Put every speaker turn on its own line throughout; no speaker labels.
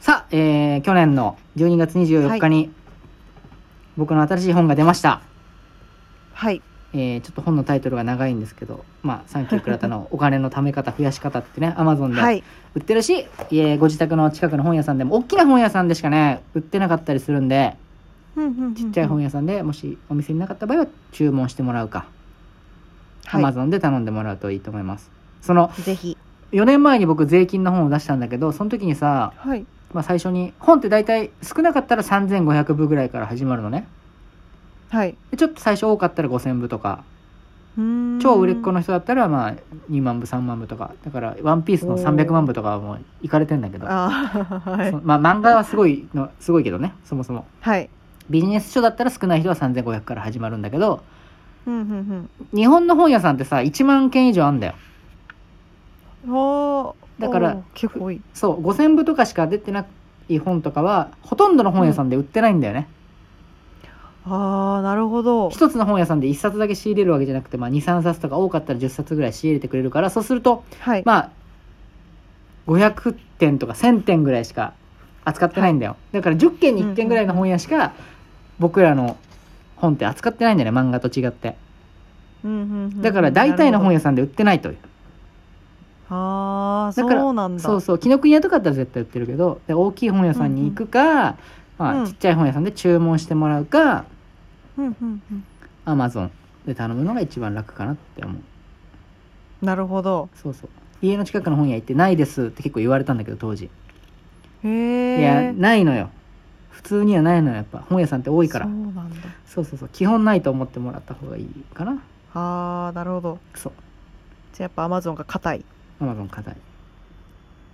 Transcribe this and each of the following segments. さあ、えー去年の12月24日に僕の新しい本が出ました、
はい。
えーちょっと本のタイトルが長いんですけど「まあ、サンキュー倉田のお金の貯め方増やし方」 ってねアマゾン
は
で
い。
売ってるし、えーご自宅の近くの本屋さんでも大きな本屋さんでしかね売ってなかったりするんで
ち
ちっちゃい本
屋。
屋さんでもしお店になかった場合は注文してもらうか、アマ
は
ゾンで頼んでもらうといいと思います。その
い。ぜひ。
4年前に僕税金の本を出したんだけどその時にさ、
はい。
まあ、最初に本って大体少なかったら3500部ぐらいから始まるのね
はい。
でちょっと最初多かったら5000部とか
うーん
超売れっ子。の人だったらまあ2万部3万部とかだから「ワンピースの300万部とかはもういかれてんだけど、
ああ、はい
そ。まあ漫画はすごいのすごいけどねそもそも
はい。
ビジネス書だったら少ない人は3500から始まるんだけど
うんうん
日本の本屋さんってさ1万件以上あんだよ
うん。おー
だから
おー結構多い。
そう5000部とかしか出てない本とかはほとんどの本屋さんで売ってないんだよね、
ああ、なるほど。
一つの本屋さんで1冊だけ仕入れるわけじゃなくて、まあ、23冊とか多かったら10冊ぐらい仕入れてくれるからそうすると
はい。
まあ500点とか1000点ぐらいしか扱ってないんだよ、だから10件に1件ぐらいの本屋しか僕らの本って扱ってないんだよね漫画と違って
うんうんうん
だから大体の本
なる
屋さんで売ってないという
ほどああ、
だから
そうなんだ。
そうそう紀ノ国屋とかだったら絶対売ってるけどで大きい本屋さんに行くか、ま
う
あ、
ん
ちっちゃい本屋さんで注文してもらうか、
うんうんうん。
アマゾンで頼むのが一番楽かなって思う
なるほど。
そうそう家の近くの本屋行って「ないです」って結構言われたんだけど当時、
へ
いや
え。
ないのよ普通にはないのよやっぱ本屋さんって多いから
そうなんだ。
そうそうそう基本ないと思ってもらった方がいいかな
ああ、なるほど。
そう
じゃあやっぱアマゾンが硬い。
アマゾン課題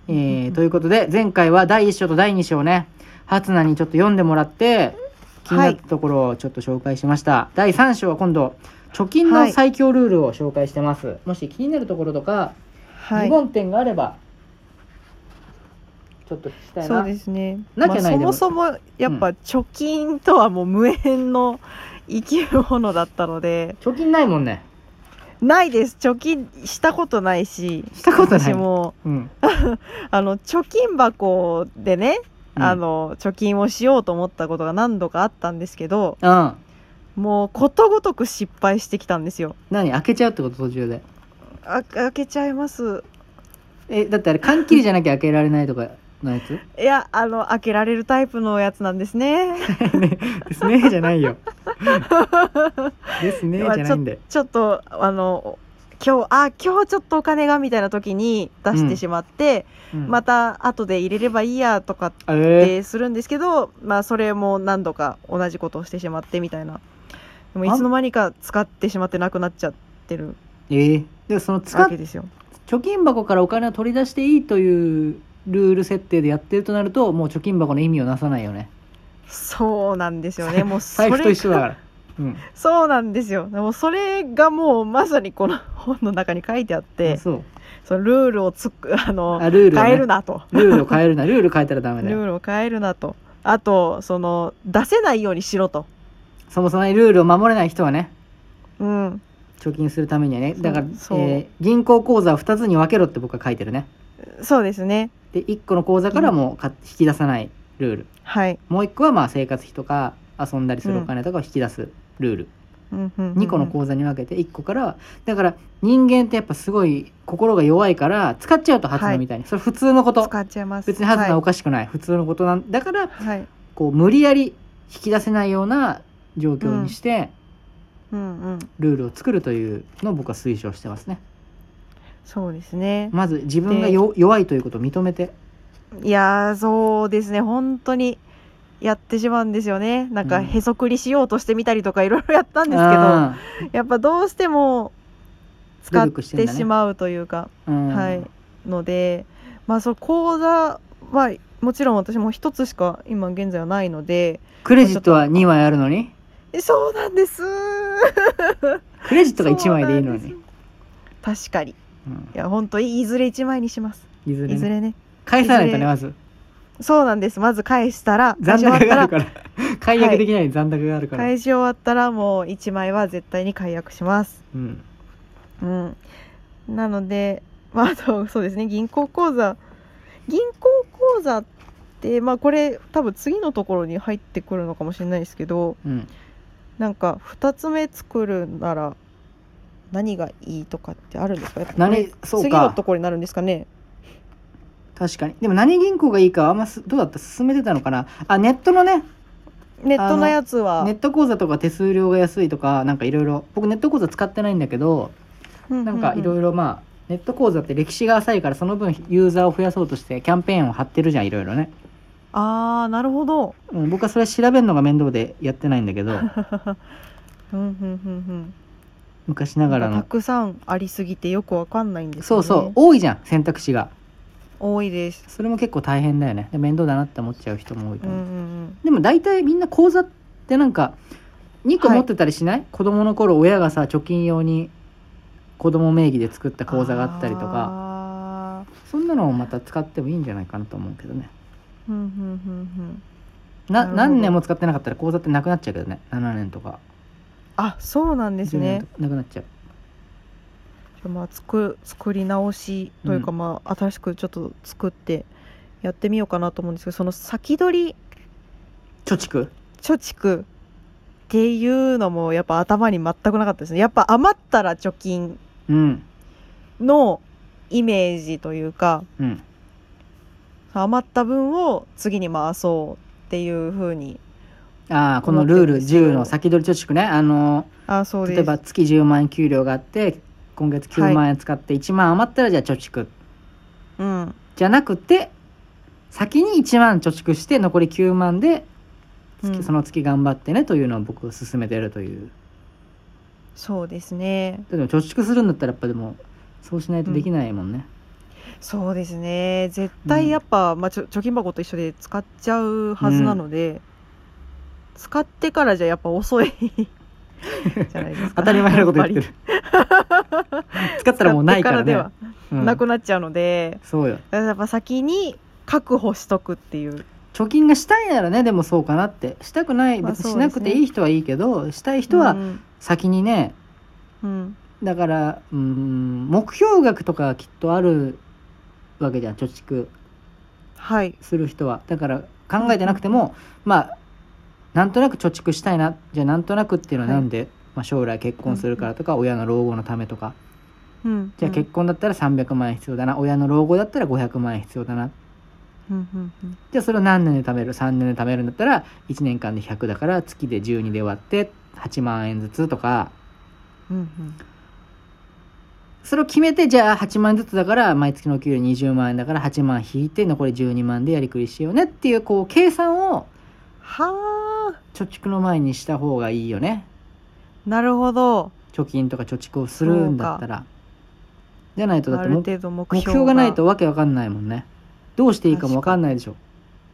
え
うんうんう
ー、
ん
ということで前回は第1章と第2章をね初菜にちょっと読んでもらって気になったところをちょっと紹介しました、第3章は今度貯金の最強ルールを紹介してます、もし気になるところとか
は
疑
い。
問点があればちょっと聞きたい
そう
な
ですね。
なきゃないでも
まあそもそもやっぱ貯金とはもう無縁の生きるものだったので、
貯金ないもんね
ないです。貯金したことないし、
したことない
私も
うん、
あの貯金箱でね、あの貯金をしようと思ったことが何度かあったんですけど、
うん
もうことごとく失敗してきたんですよ。
何開けちゃうってこと途中で
あ開けちゃいます。
えだってあれ缶切りじゃなきゃ開けられないとかのやつ
いやあの開けられるタイプのやつなんで すね。
ねですねじゃないよ ですねじゃないんで
ちょっとあの今日あ今日ちょっとお金がみたいな時に出してしまって、
うん
また後で入れればいいやとかっ
え
てするんですけど、まあそれも何度か同じことをしてしまってみたいな。でもいつの間にか使ってしまってなくなっちゃってる
ー、えーでその使
わ
っ
けですよ。
貯金箱からお金を取り出していいというルール設定でやってるとなるともう貯金箱の意味をなさないよね
そうなんですよね。もうそ
財布と
れ
一緒だから、うん、
そうなんですよ。でもそれがもうまさにこの本の中に書いてあって、
そう
そのルールをつくあの
あルールを、ね、
変えるなと。
ルールを変えるなルール変えたらダメ
ル
だよ
ールを変えるなと。あと、その、出せないようにしろと。
そもそもねルールを守れない人はね
うん。
貯金するためにはねだから、え
そう
ー銀行口座を2つに分けろって僕は書いてるね
そうですね。
で1個の口座からもうか引き出さないルール
はい。
もう1個はまあ生活費とか遊んだりするお金とかを引き出すルール、
うんうんうんうん
2個の口座に分けて1個からはだから人間ってやっぱすごい心が弱いから使っちゃうと初音みたいに、それ普通のこと
使っちゃいます。
別に初音はお
は
かしくない、普通のことなんだから
い。はい。
こう無理やり引き出せないような状況にして、
うんうん。
ルールを作るというのを僕は推奨してますね
そうですね。
まず自分がよ弱いということを認めて
いやー、そうですね。本当に。やってしまうんですよね。なんか、
うん
へそくりしようとしてみたりとか、いろいろやったんですけど、
あ
やっぱどうしても、使
努
っ
力してん
て
だね
しまうというか、
ーうん
はい、ので、まあ、その口座はもちろん私も一つしか今現在はないので
クレジットは2枚あるのに
えそうなんです
クレジットが1枚でいいのに
そうなんです確かにい
うん
や本当いいずれ1枚にします
いずれ,、ね、
いずれね
返さないと
いず
ね
れ
まず
そうなんですまず返したら
残
終わ
高
った
がある
ら
から 解約できない残高があるから、
返し終わったらもう1枚は絶対に解約します
うん、
うんなので、まあ、あとそうですね銀行口座銀行口座でまあこれ多分次のところに入ってくるのかもしれないですけど
うん
なんか2つ目作るなら何がいいとかってあるんですかやっぱこれ
何そうか
次のところになるんですかね
確かにでも何銀行がいいかはあんますどうだった進めてたのかなあネットのね
ネットのやつは
ネット口座とか手数料が安いとかなんかいろいろ僕ネット口座使ってないんだけどなんかいろ
ろ
いろまあネット口座って歴史が浅いからその分ユーザーを増やそうとしてキャンペーンを張ってるじゃんいろいろね、
ああなるほど
うん、僕はそれ調べるのが面倒でやってないんだけど
うんうんうん
昔
う
なんがら
なん
の
かたくさんありすぎてよくわかんないんです
そ
よ
う
ね
そう多いじゃん選択肢が
多いです
それも結構大変だよねで面倒だなって思っちゃう人も多いと
うん
思
う
う、
ん
でも大体みんな口座ってなんか2個持ってたりしない、子供の頃親がさ貯金用に子供名義で作った
うん
口座があったりとか
か
そんなのをまた使ってもいいんじゃないかなと思うけどね
うんうんうんうん
な
なるほど
何年も使ってなかったら口座ってなくなっちゃうけどね7年とか
あそうなんです
10年
ね
とかなくなっちゃう
まあ作作り直しというか、
う
まあ新しくちょっと作ってやってみようかなと思うんですけどその先取り
貯蓄
貯蓄っていうのもやっぱ頭に全くなかったですねやっぱ余ったら貯金
うん
のイメージというか
うん
余った分を次に回そうっていう風に
ああこのルー
思
ル
ってるんですよ
10の先取り貯蓄ねあの
あそう
例え
です
ば月10万円給料があって今月9万円使って1万余ったらじゃあ貯蓄、
うん
じゃなくて先に1万貯蓄して残り9万で
う
月
ん
その月頑張ってねというのを僕は勧めてるという
そうですね
でも貯蓄するんだったらやっぱでもそうしないとできないもんね、
そうですね絶対やっぱ、まあ、ちょ貯金箱と一緒で使っちゃうはずなので、使ってからじゃやっぱ遅い じゃないですか
当たり前のこと言ってる 使ったらもうないからね
使ってからで
う
は
ん
なくなっちゃうので、
そうよ
だからやっぱ先に確保しとくっていう
貯金がしたいならねでもそうかなってしたくない
まあ
別にしなくていい人はいいけど、したい人
う
は
ん
先にね
うん
だからうん目標額とかきっとあるわけじゃん貯蓄
はい
する人はだから考えてなくても、まあなんとなく貯蓄したいなじゃあなんとなくっていうのはなんで、まあ、将来結婚するからとか、親の老後のためとか
うん
じゃあ結婚だったら300万円必要だな、親の老後だったら500万円必要だな
うんうんうん
じゃあそれを何年で貯める3年で貯めるんだったら1年間で100だから月で12で割って8万円ずつとか
うんうん
それを決めてじゃあ8万円ずつだから毎月のお給料20万円だから8万引いて残り12万でやりくりしようねっていうこう計算を
はあ
貯蓄の前にした方がいいよね
なるほど
貯金とか貯蓄をするんだったらじゃないとだっ
あ
て
る
も
程度目標
目標がないとわけわかんないもんねどうしていいかもわかんないでしょ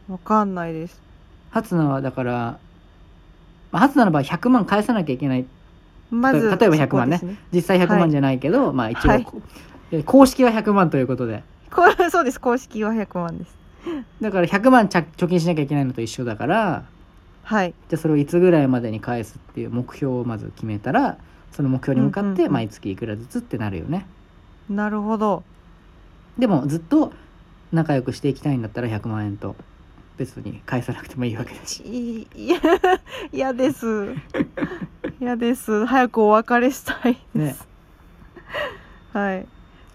わかんないです
初菜はだからまあ初菜の場合100万返さなきゃいけない
まず
例えば100万ね
そこです
実際100
はい
万じゃないけど、まあ一応、
はい
え公式は100万ということで
こうそうです公式は100万です
だから100万ちゃ貯金しなきゃいけないのと一緒だから
はい
じゃあそれをいつぐらいまでに返すっていう目標をまず決めたらその目標に向か
う
っ
んうん
て
うん
毎月いくらずつってなるよね、
なるほど
でもずっと仲良くしていきたいんだったら100万円と別に返さなくてもいいわけだし
いいや嫌です 嫌です早くお別れしたいで
ね
す、はい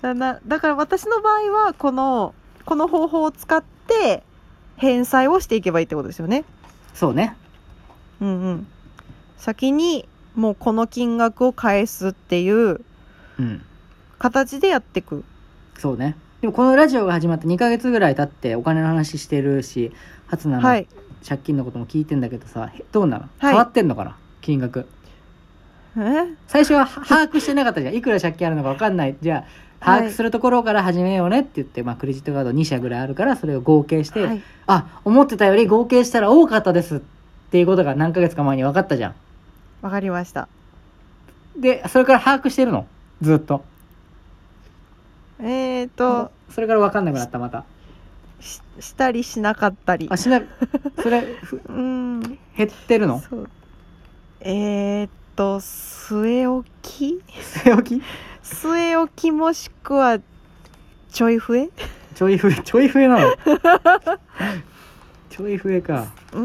だなだから私の場合はこのこの方法を使って返済をしていけばいいってことですよね
そうね
うんうん先にもうこの金額を返すっていう
うん
形でやっていく
そうねでもこのラジオが始まって2ヶ月ぐらい経ってお金の話してるし初菜
は
の
い
借金のことも聞いてんだけどさ、へどうなの、
はい
変わってんのかな金額
え
最初はは把握してなかったじゃんいくら借金あるのか分かんないじゃあ
はい
把握するところから始めようねって言って、まあ、クレジットカード2社ぐらいあるからそれを合計して、
はい
あ思ってたより合計したら多かったですっていうことが何ヶ月か前に分かったじゃ
わかりました
んでそれから把握してるのずっと
えっ、ー、と
それから分かんなくなったまた
ししたりしなかったり
あし なそれふ
うん
減ってるの
そうえーっと据え置き
据え 置き
据え置きもしくはちょい増え
ちょい増えちょい増えなのちょい増えか。
うー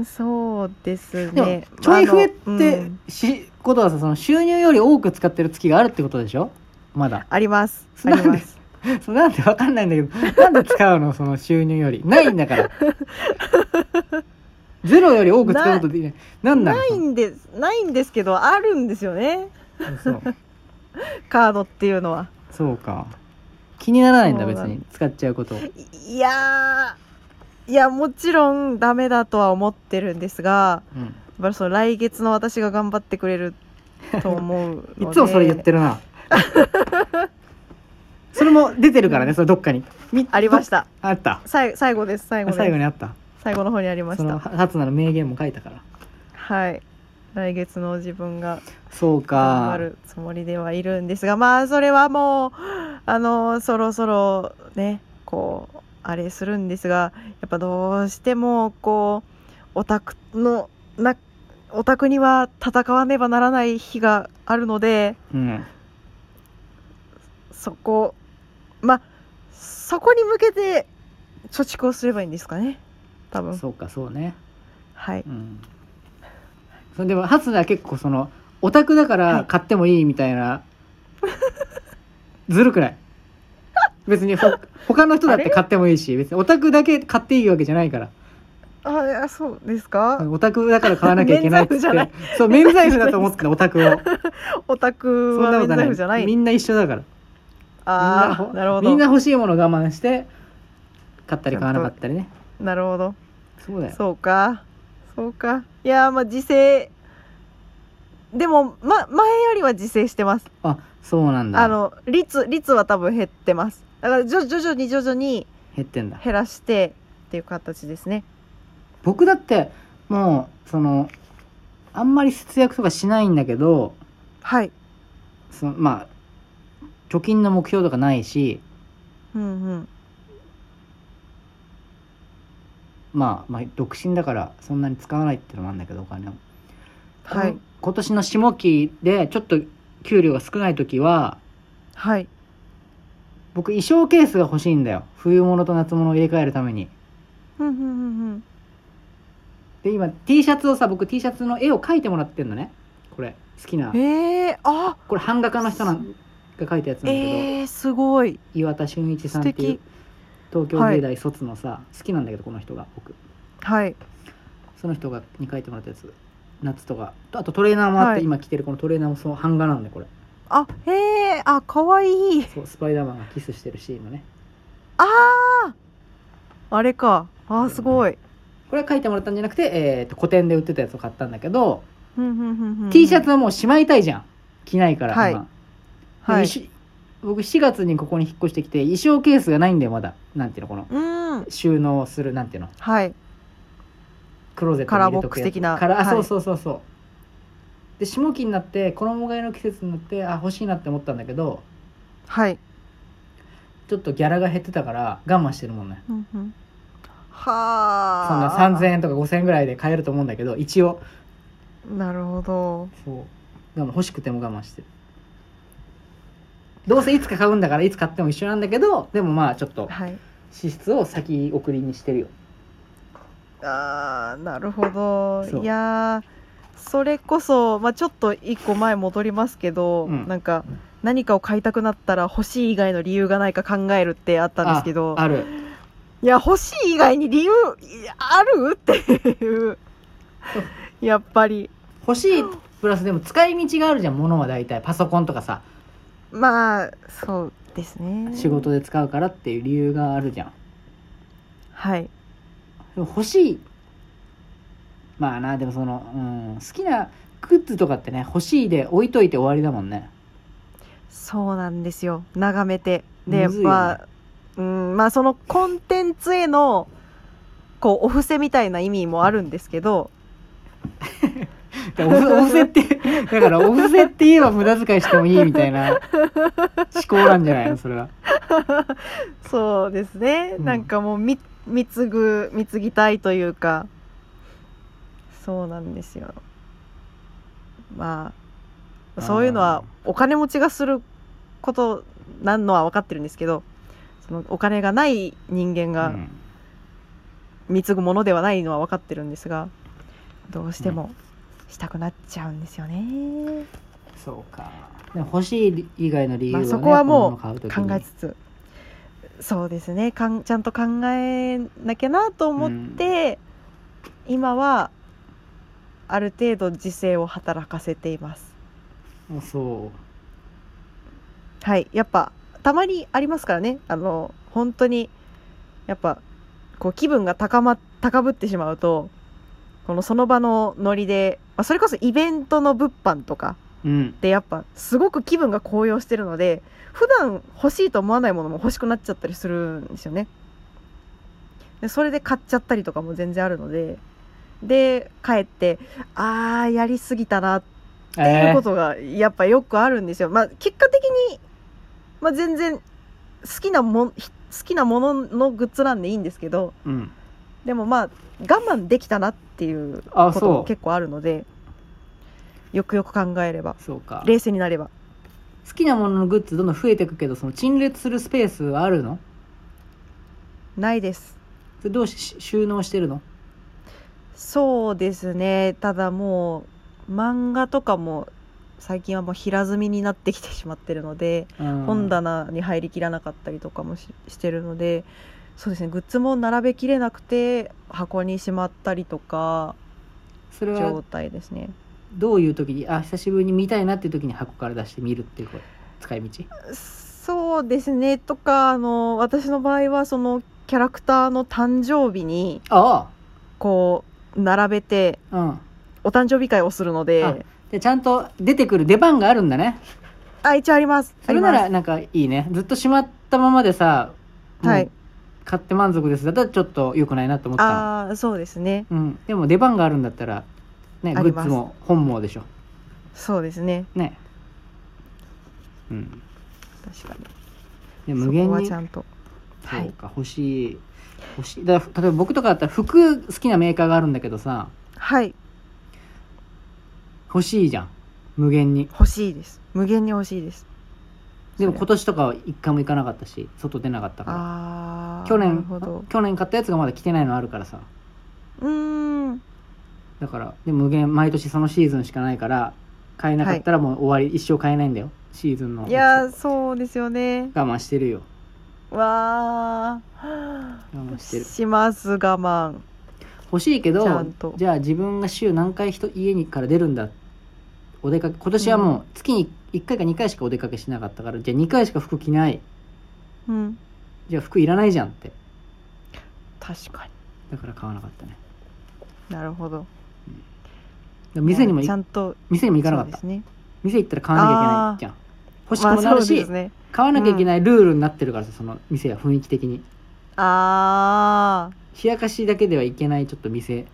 んそうです
でも、
ね
ちょい増えっ
あのう
て
ん
し、ことはさ、その収入より多く使ってる月があるってことでしょま だ。
ありますあ
なん
り
で
ます
そうなんでわかんないんだけど、なんで使うのその収入より。ないんだ から。ゼロより多く使うことできない。なんなの
ないんですないんですけどあるんですよね
そう。
カードっていうのは
そうか。気にならないんだ、
そう
別
だ
に。使っちゃうこと。
いいやーいやもちろんダメだとは思ってるんですが
うん。
やっぱりその来月の私が頑張ってくれると思うので
いつもそれ言ってる な。それも出てるからね、それどっかに。み
ありました
あった。
さい最後です最後です
最後にあった。
最後の方にありま
そ
し
の、
た
初なの名言も書いたから。
はい来月の自分が
そう
頑
か
張。るつもりではいるんですがまあそれはもうあのそろそろねこうあれするんですがやっぱどうしてもこうオタクのなオタクには戦わねばならない日があるので
うん。
そこまあそこに向けて貯蓄をすればいいんですかね多分
そうか、そうね。
はい
うん。それでも、初なは結構その、オタクだか
は
ら
い
買ってもいいみたい な、ずるくない別にほ、他の人だって買ってもいいし、別にオタクだけ買っていいわけじゃないから。
あいやそうですか、
オタクだから買わなきゃいけないっつっ
免罪符じゃない
て。 そう、免罪符だと思ってた、オタク を。
オタク
そん
は
なこ
免
と
罪符じゃ
な。
ないい
みんな一緒だから。
あ
みん
あなるほど
みんな欲しいもの我慢して、買ったり買わなかったりね。
なるほど
そうだよ。
そうかそうかいやーまあ自制でも、ま、前よりは自制してます
あ、そうなんだ。
あの率率は多分減ってますだから徐々徐々に徐々に
減ってんだ。
減らしてっていう形ですね
僕だって、もう、その、あんまり節約とかしないんだけど、
はい
そのまあ、貯金の目標とかないし、
うんうん
まあ、まあ、独身だからそんなに使わないっていうのもあるんだけど、お金を。
はい
今年の下期でちょっと給料が少ない時は、
はい
僕衣装ケースが欲しいんだよ冬物と夏物を入れ替えるために
うんうんうんうん
で今 T シャツをさ僕 T シャツの絵を描いてもらってんのねこれ好きな
えー、あ
これ版画家の人なんが描いたやつなんだけど、
えー、すごい
岩田俊一さんってい
素
う
敵
東京芸大卒のさ、好きなんだけどこの人が僕
はい
その人がに描いてもらったやつ夏とかあとトレーナーもあって、
はい
今着てるこのトレーナーもその版画なんでこれ
あへえあかわいい
そうスパイダーマンがキスしてるシーンのね
あああれかあーすごい、
これは描いてもらったんじゃなくて、えー、と個展で売ってたやつを買ったんだけど、
うんうんうんうん
T シャツはもうしまいたいじゃん着ないから、
はい
今で
はい
一緒僕4月にここに引っ越してきて衣装ケースがないんだよまだなんていうのこの
うん
収納するなんていうの
はい
クローゼット
カ
に
ラー
入
ボ
れと
ック
く
ス
やつ
的な
カラーあ
はい
そうそうそうそうで下期になって衣替えの季節になってあ欲しいなって思ったんだけど
はい。
ちょっとギャラが減ってたから我慢してるもんね
うんうん、
そ
は
んな
あ。
3000円とか5000円ぐらいで買えると思うんだけど一応
なるほど。
そう我慢欲しくても我慢してるどうせいつか買うんだからいつ買っても一緒なんだけどでもまあちょっと
はい。
支出を先送りにしてるよ
ああ、なるほど
そ。う
いやー、それこそ、まあちょっと一個前戻りますけど、
うん
なんか何かを買いたくなったら欲しい以外の理由がないか考えるってあったんですけど
あ、ある
いや欲しい以外に理由いやあるっていう。やっぱり。
欲しいプラスでも使い道があるじゃん物は大体パソコンとかさ
まあそうですね。
仕事で使うからっていう理由があるじゃん
はい。
でも欲しいまあなでもその、うん、好きなグッズとかってね欲しいで置いといて終わりだもんね
そうなんですよ眺めてで、
むずいよね
まあ、うん、まあそのコンテンツへのこうお布施みたいな意味もあるんですけど
でお布お布施っ てだからお布施って言えば無駄遣いしてもいいみたいな思考なんじゃ ないのそれは
そうですね、
うん
なんかもうみ貢ぐ貢ぎたいというかそうなんですよまあそういうのはお金持ちがすることなんのは分かってるんですけどそのお金がない人間
う
が
ん
貢ぐものではないのは分かってるんですがどうしてもしたくなっちゃうんですよね、
そうかでも欲しい以外の理由
ま
は、
あ、
ね
そこはもう
こいの買
考
う
え
時
つつそうですねかんちゃんと考えなきゃなと思って、今はある程度自制を働かせています
にそ
はいやっぱたまにありますからねあの本当にやっぱこう気分が高,、ま、高ぶってしまうとこのその場のノリで、まあ、それこそイベントの物販とか
ううん
でやっぱすごく気分が高揚してるので普段欲しいと思わないものも欲しくなっちゃったりするんですよねでそれで買っちゃったりとかも全然あるのでで帰ってあーやりすぎたなって
え
いう
え
ことがやっぱよくあるんですよ、まあ結果的に、まあ、全然好きなもんひ好きなもののグッズなんでいいんですけど
うん
でもまあ我慢できたなっていう
あ
ことも
そう
結構あるのでよくよく考えれば
そうか
冷静になれば
好きなもののグッズどんどん増えていくけどその陳列するスペースはあるの
ないです
それどうし収納してるの
そうですねただもう漫画とかも最近はもう平積みになってきてしまってるので、本
だ
棚に入りきらなかったりとかもししてるのでそうですねグッズも並べきれなくて箱にしまったりとか
それ
状
は
態ですね
どういう時にあ久しぶりに見たいなっていう時に箱から出して見るっていうこと使い道
そうですねとかあの私の場合はそのキャラクターの誕生日に
あ
こう並べて
あうん
お誕生日会をするので
あでちゃんと出てくる出番があるんだね
あ一応あります
それな
あ
ら
り
なんかいいねずっとしまったままでさもう
はい
買って満足ですだったらちょっと良くないなと思っ
ます
た
ああーそうですね
の、うん、でも出番があるんだったらね
あ
グ
りま
ッ
す
ズも本望でしょ
そうですね
ねうん
確かに
で
そ
無限
こは
に
ちゃんとは
そう
い
か欲しい欲しいだから例えば僕とかだったら服好きなメーカーがあるんだけどさ
はい
欲しいじゃん無限に
欲しいです無限に欲しいです
でも
それ
今年とかは一回も行かなかったし外出なかったから
あー
去
なる
年
ほど
去年買ったやつがまだ着てないのあるからさ
うーん
だからで無限毎年そのシーズンしかないから買えなかったらもう終わり、一生買えないんだよシーズンの
いやー
つ
そうですよね
我慢してるよ
わあ
我慢してる
します我慢
欲しいけど
ちゃんと
じゃあ自分が週何回人家にから出るんだお出かけ今年はもう月に1回か2回しかお出かけしなかったから、じゃあ2回しか服着ない
うん
じゃあ服いらないじゃんって
確か
だから買わなかったね
になるほど
でも店にも
いやちゃ
行
んと
店にも行かなかった、
そうですね
店行ったら買わなきゃいけないじゃん欲しく
ま
も
あ
な
そ
る
う
し、
ですね
買わなきゃいけないルールになってるからさその店は雰囲気的に
あー
冷やかしだけではいけないちょっと店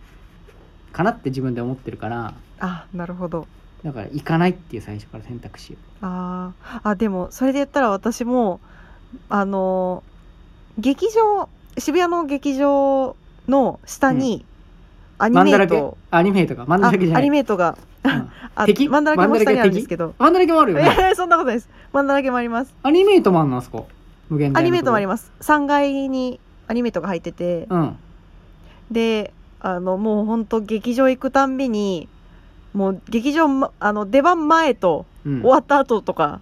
かなって自分で思ってるから
あなるほど
だから行かないっていう最初から選択肢を
あーあでもそれで言ったら私もあのー劇場渋谷の劇場の下にアニ
マン
メ
ダ
イ
ラケ
ト、
アニメートかマン
あ
ダラケじゃ
ア
ない
ニメイトが
うん
あ
敵
マンダラケも下にあるんですけど
マンダラケもある
い
よね
やい やそんなことないですマンダラケもあります
アニメートもあんのあそこ無限
アニメイトもあり
ま
ます3階にアニメイトが入ってて
うん
であのもうほんと劇場行くたんびにもう劇場、ま、あの出番前と
うん
終わった後とか、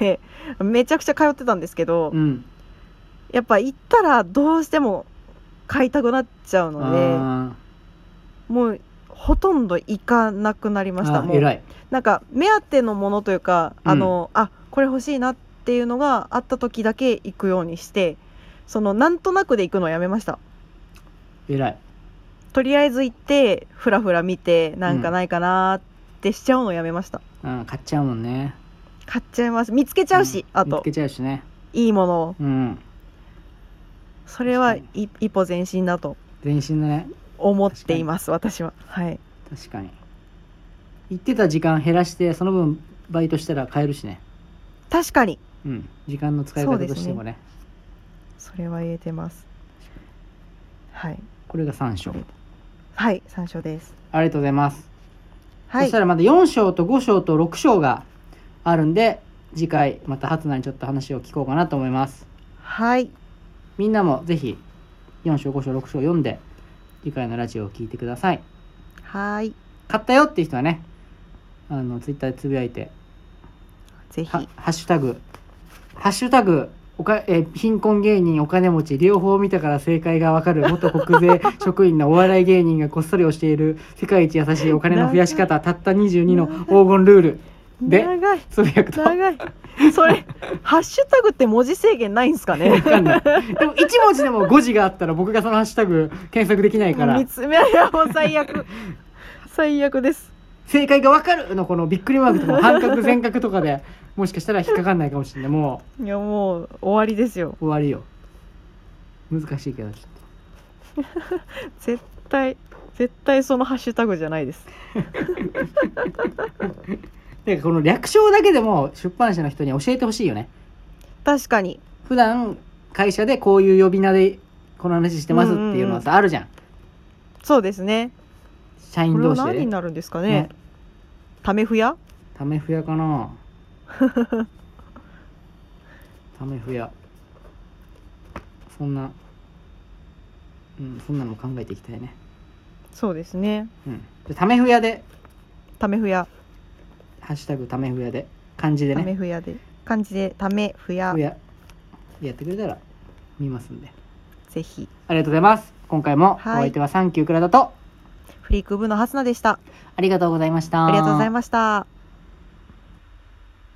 ねめちゃくちゃ通ってたんですけど、
うん
やっぱ行ったらどうしても買いたくなっちゃうの
あ
でもうほとんど行かなくなりました
ーあ
もう
偉い
なんか目当てのものというか
うん
あの、あこれ欲しいなっていうのがあった時だけ行くようにしてそのなんとなくで行くのをやめました
偉い
とりあえず行ってふらふら見てなん
う
か
ん
ないかなってしちゃうのをやめました
うん買っちゃうもんね
買っちゃいます見つけちゃうし、
ん
あ
見つ
と
けちゃうしね
いいものを
うん
それは
確か
い一歩前進だと
全身だね
思っています私ははい
確かに行ってた時間減らしてその分バイトしたら買えるしね
確かに
うん時間の使い方としてもね
それは言えてますはい
これが3章
はい参照です
ありがとうございます
は
そ
い
したらまた4章と5章と6章があるんで次回また初菜にちょっと話を聞こうかなと思います
はい
みんなもぜひ4章5章6章読んで次回のラジオを聞いてください
はい
買ったよっていう人はねあのツイッターでつぶやいて
ぜひ
はハッシュタグハッシュタグおかえー貧困芸人お金持ち両方見たから正解がわかる元国税職員のお笑い芸人がこっそり教える世界一優しいお金の増やし方たった22の黄金ルールで
長い
つぶやくと
長い それハッシュタグって文字制限ないんですかね
わかんない。でも一文字でも5字があったら僕がそのハッシュタグ検索できないか
もう
ら
見、つめいやもう 最悪最悪です
正解がわかるのこのびっくりマークとかの半角全角とかで、もしかしたら引っかかんないかもしれない。も
いやもう終わりですよ
う終わりよ。難しいけど、ちょっと。
絶対絶対そのハッシュタグじゃないです
てかこの略称だけでも出版社の人に教えてほしいよね。
確かに
普段会社でこういう呼び名でこの話してますっていうのはさ、あるじゃん。
そうですね
社員
これ
同
は
士で
何に
ね。
なるんですかね
ね
タメフヤ
ためふやかな ためふやそんなうんそんなのも考えていきたいね
そうですね
うんでためふやで
タメフヤ
「ハッシュタグためふやで」漢字で
タメ
ね
フヤで漢字でタメフヤ
ふややってくれたら見ますんで
ぜひ
ありがとうございます今回もお
はい
相手はサンキュークラだと
フリーク部のハスナでした
ありがとうございました
ありがとうございました